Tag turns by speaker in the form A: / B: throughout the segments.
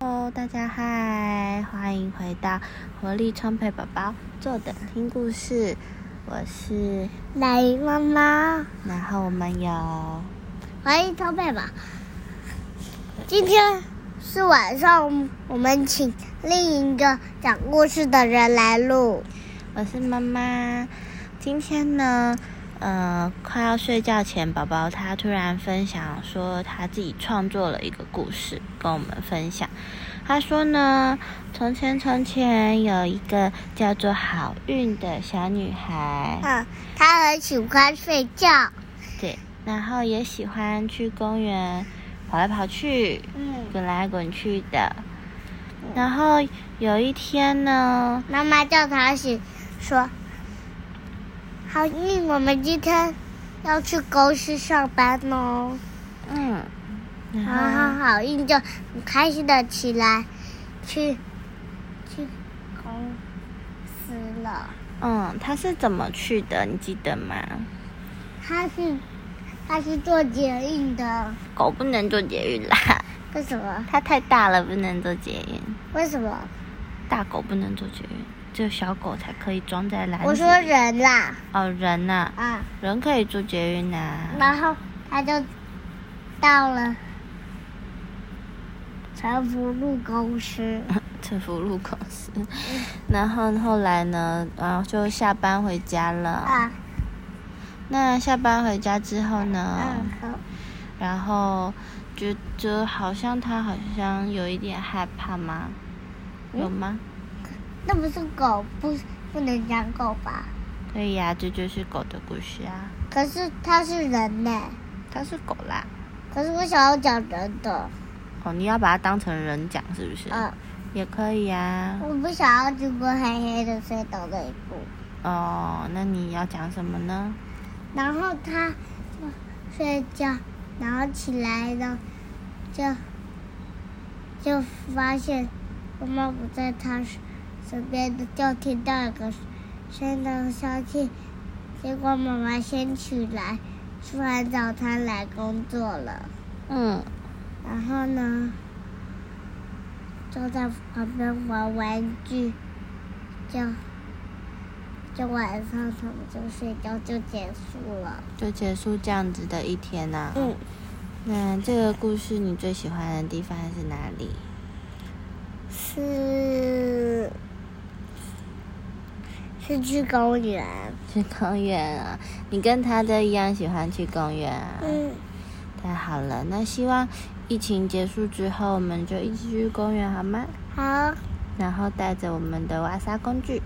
A: Hello，大家嗨，欢迎回到活力充沛宝宝坐等听故事，我是，
B: 奶妈妈，
A: 然后我们有
B: 欢迎超贝吧。今天是晚上，我们请另一个讲故事的人来录。
A: 我是妈妈。今天呢，呃，快要睡觉前，宝宝他突然分享说他自己创作了一个故事跟我们分享。他说呢，从前从前有一个叫做好运的小女孩，
B: 嗯，他很喜欢睡觉。
A: 对，然后也喜欢去公园跑来跑去，
B: 嗯，
A: 滚来滚去的。然后有一天呢，
B: 妈妈叫他醒，说：“好运，我们今天要去公司上班哦。”
A: 嗯，然
B: 然
A: 后
B: 后好运就很开心的起来，去去公司了。
A: 嗯，他是怎么去的？你记得吗？
B: 他是他是做捷运的，
A: 狗不能做捷运啦，
B: 为什么？
A: 它太大了，不能做捷运。
B: 为什么？
A: 大狗不能做捷运，只有小狗才可以装在篮子里。
B: 我说人啦
A: 哦，人呐、
B: 啊，
A: 人可以做捷运啊呐、
B: 然后他就到了城福路公司，
A: 城福路口是。然后后来呢，然后就下班回家了。
B: 啊，
A: 那下班回家之后呢，
B: 然后
A: 然后就就好像他好像有一点害怕吗？有吗？
B: 那不是狗，不不能讲狗吧？
A: 可以呀、这就是狗的故事啊。
B: 可是他是人呢、
A: 它是狗啦。
B: 可是我想要讲人的，
A: 哦，你要把它当成人讲是不是？
B: 嗯，
A: 也可以啊呀、
B: 我不想要经过黑黑的隧道那一步。
A: 哦，那你要讲什么呢？
B: 然后他睡觉，然后起来了，就就发现妈妈不在他身边的，就听到一个声的消息，结果妈妈先起来，吃完早餐来工作了。
A: 嗯，
B: 然后呢，就在旁边玩玩具，就就晚上他们就睡觉就结束了。
A: 就结束这样子的一天呐、
B: 嗯，
A: 那这个故事你最喜欢的地方是哪里？
B: 是是去公园。
A: 去公园啊？你跟他都一样喜欢去公园啊？
B: 嗯，
A: 太好了，那希望疫情结束之后，我们就一起去公园好吗？
B: 好，
A: 然后带着我们的挖沙工具。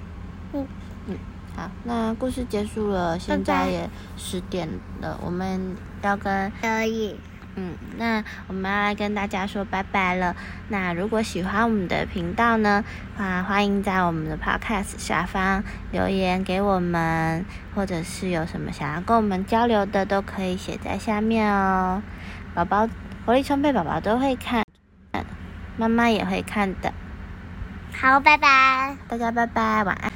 B: 嗯
A: 嗯，好，那故事结束了，现在也十点了，我们要跟
B: 可以。
A: 嗯，那我们要来跟大家说拜拜了。那如果喜欢我们的频道呢，啊，欢迎在我们的 Podcast 下方留言给我们，或者是有什么想要跟我们交流的，都可以写在下面哦。宝宝活力充沛，宝宝都会看，妈妈也会看的。
B: 好，拜拜。
A: 大家拜拜，晚安。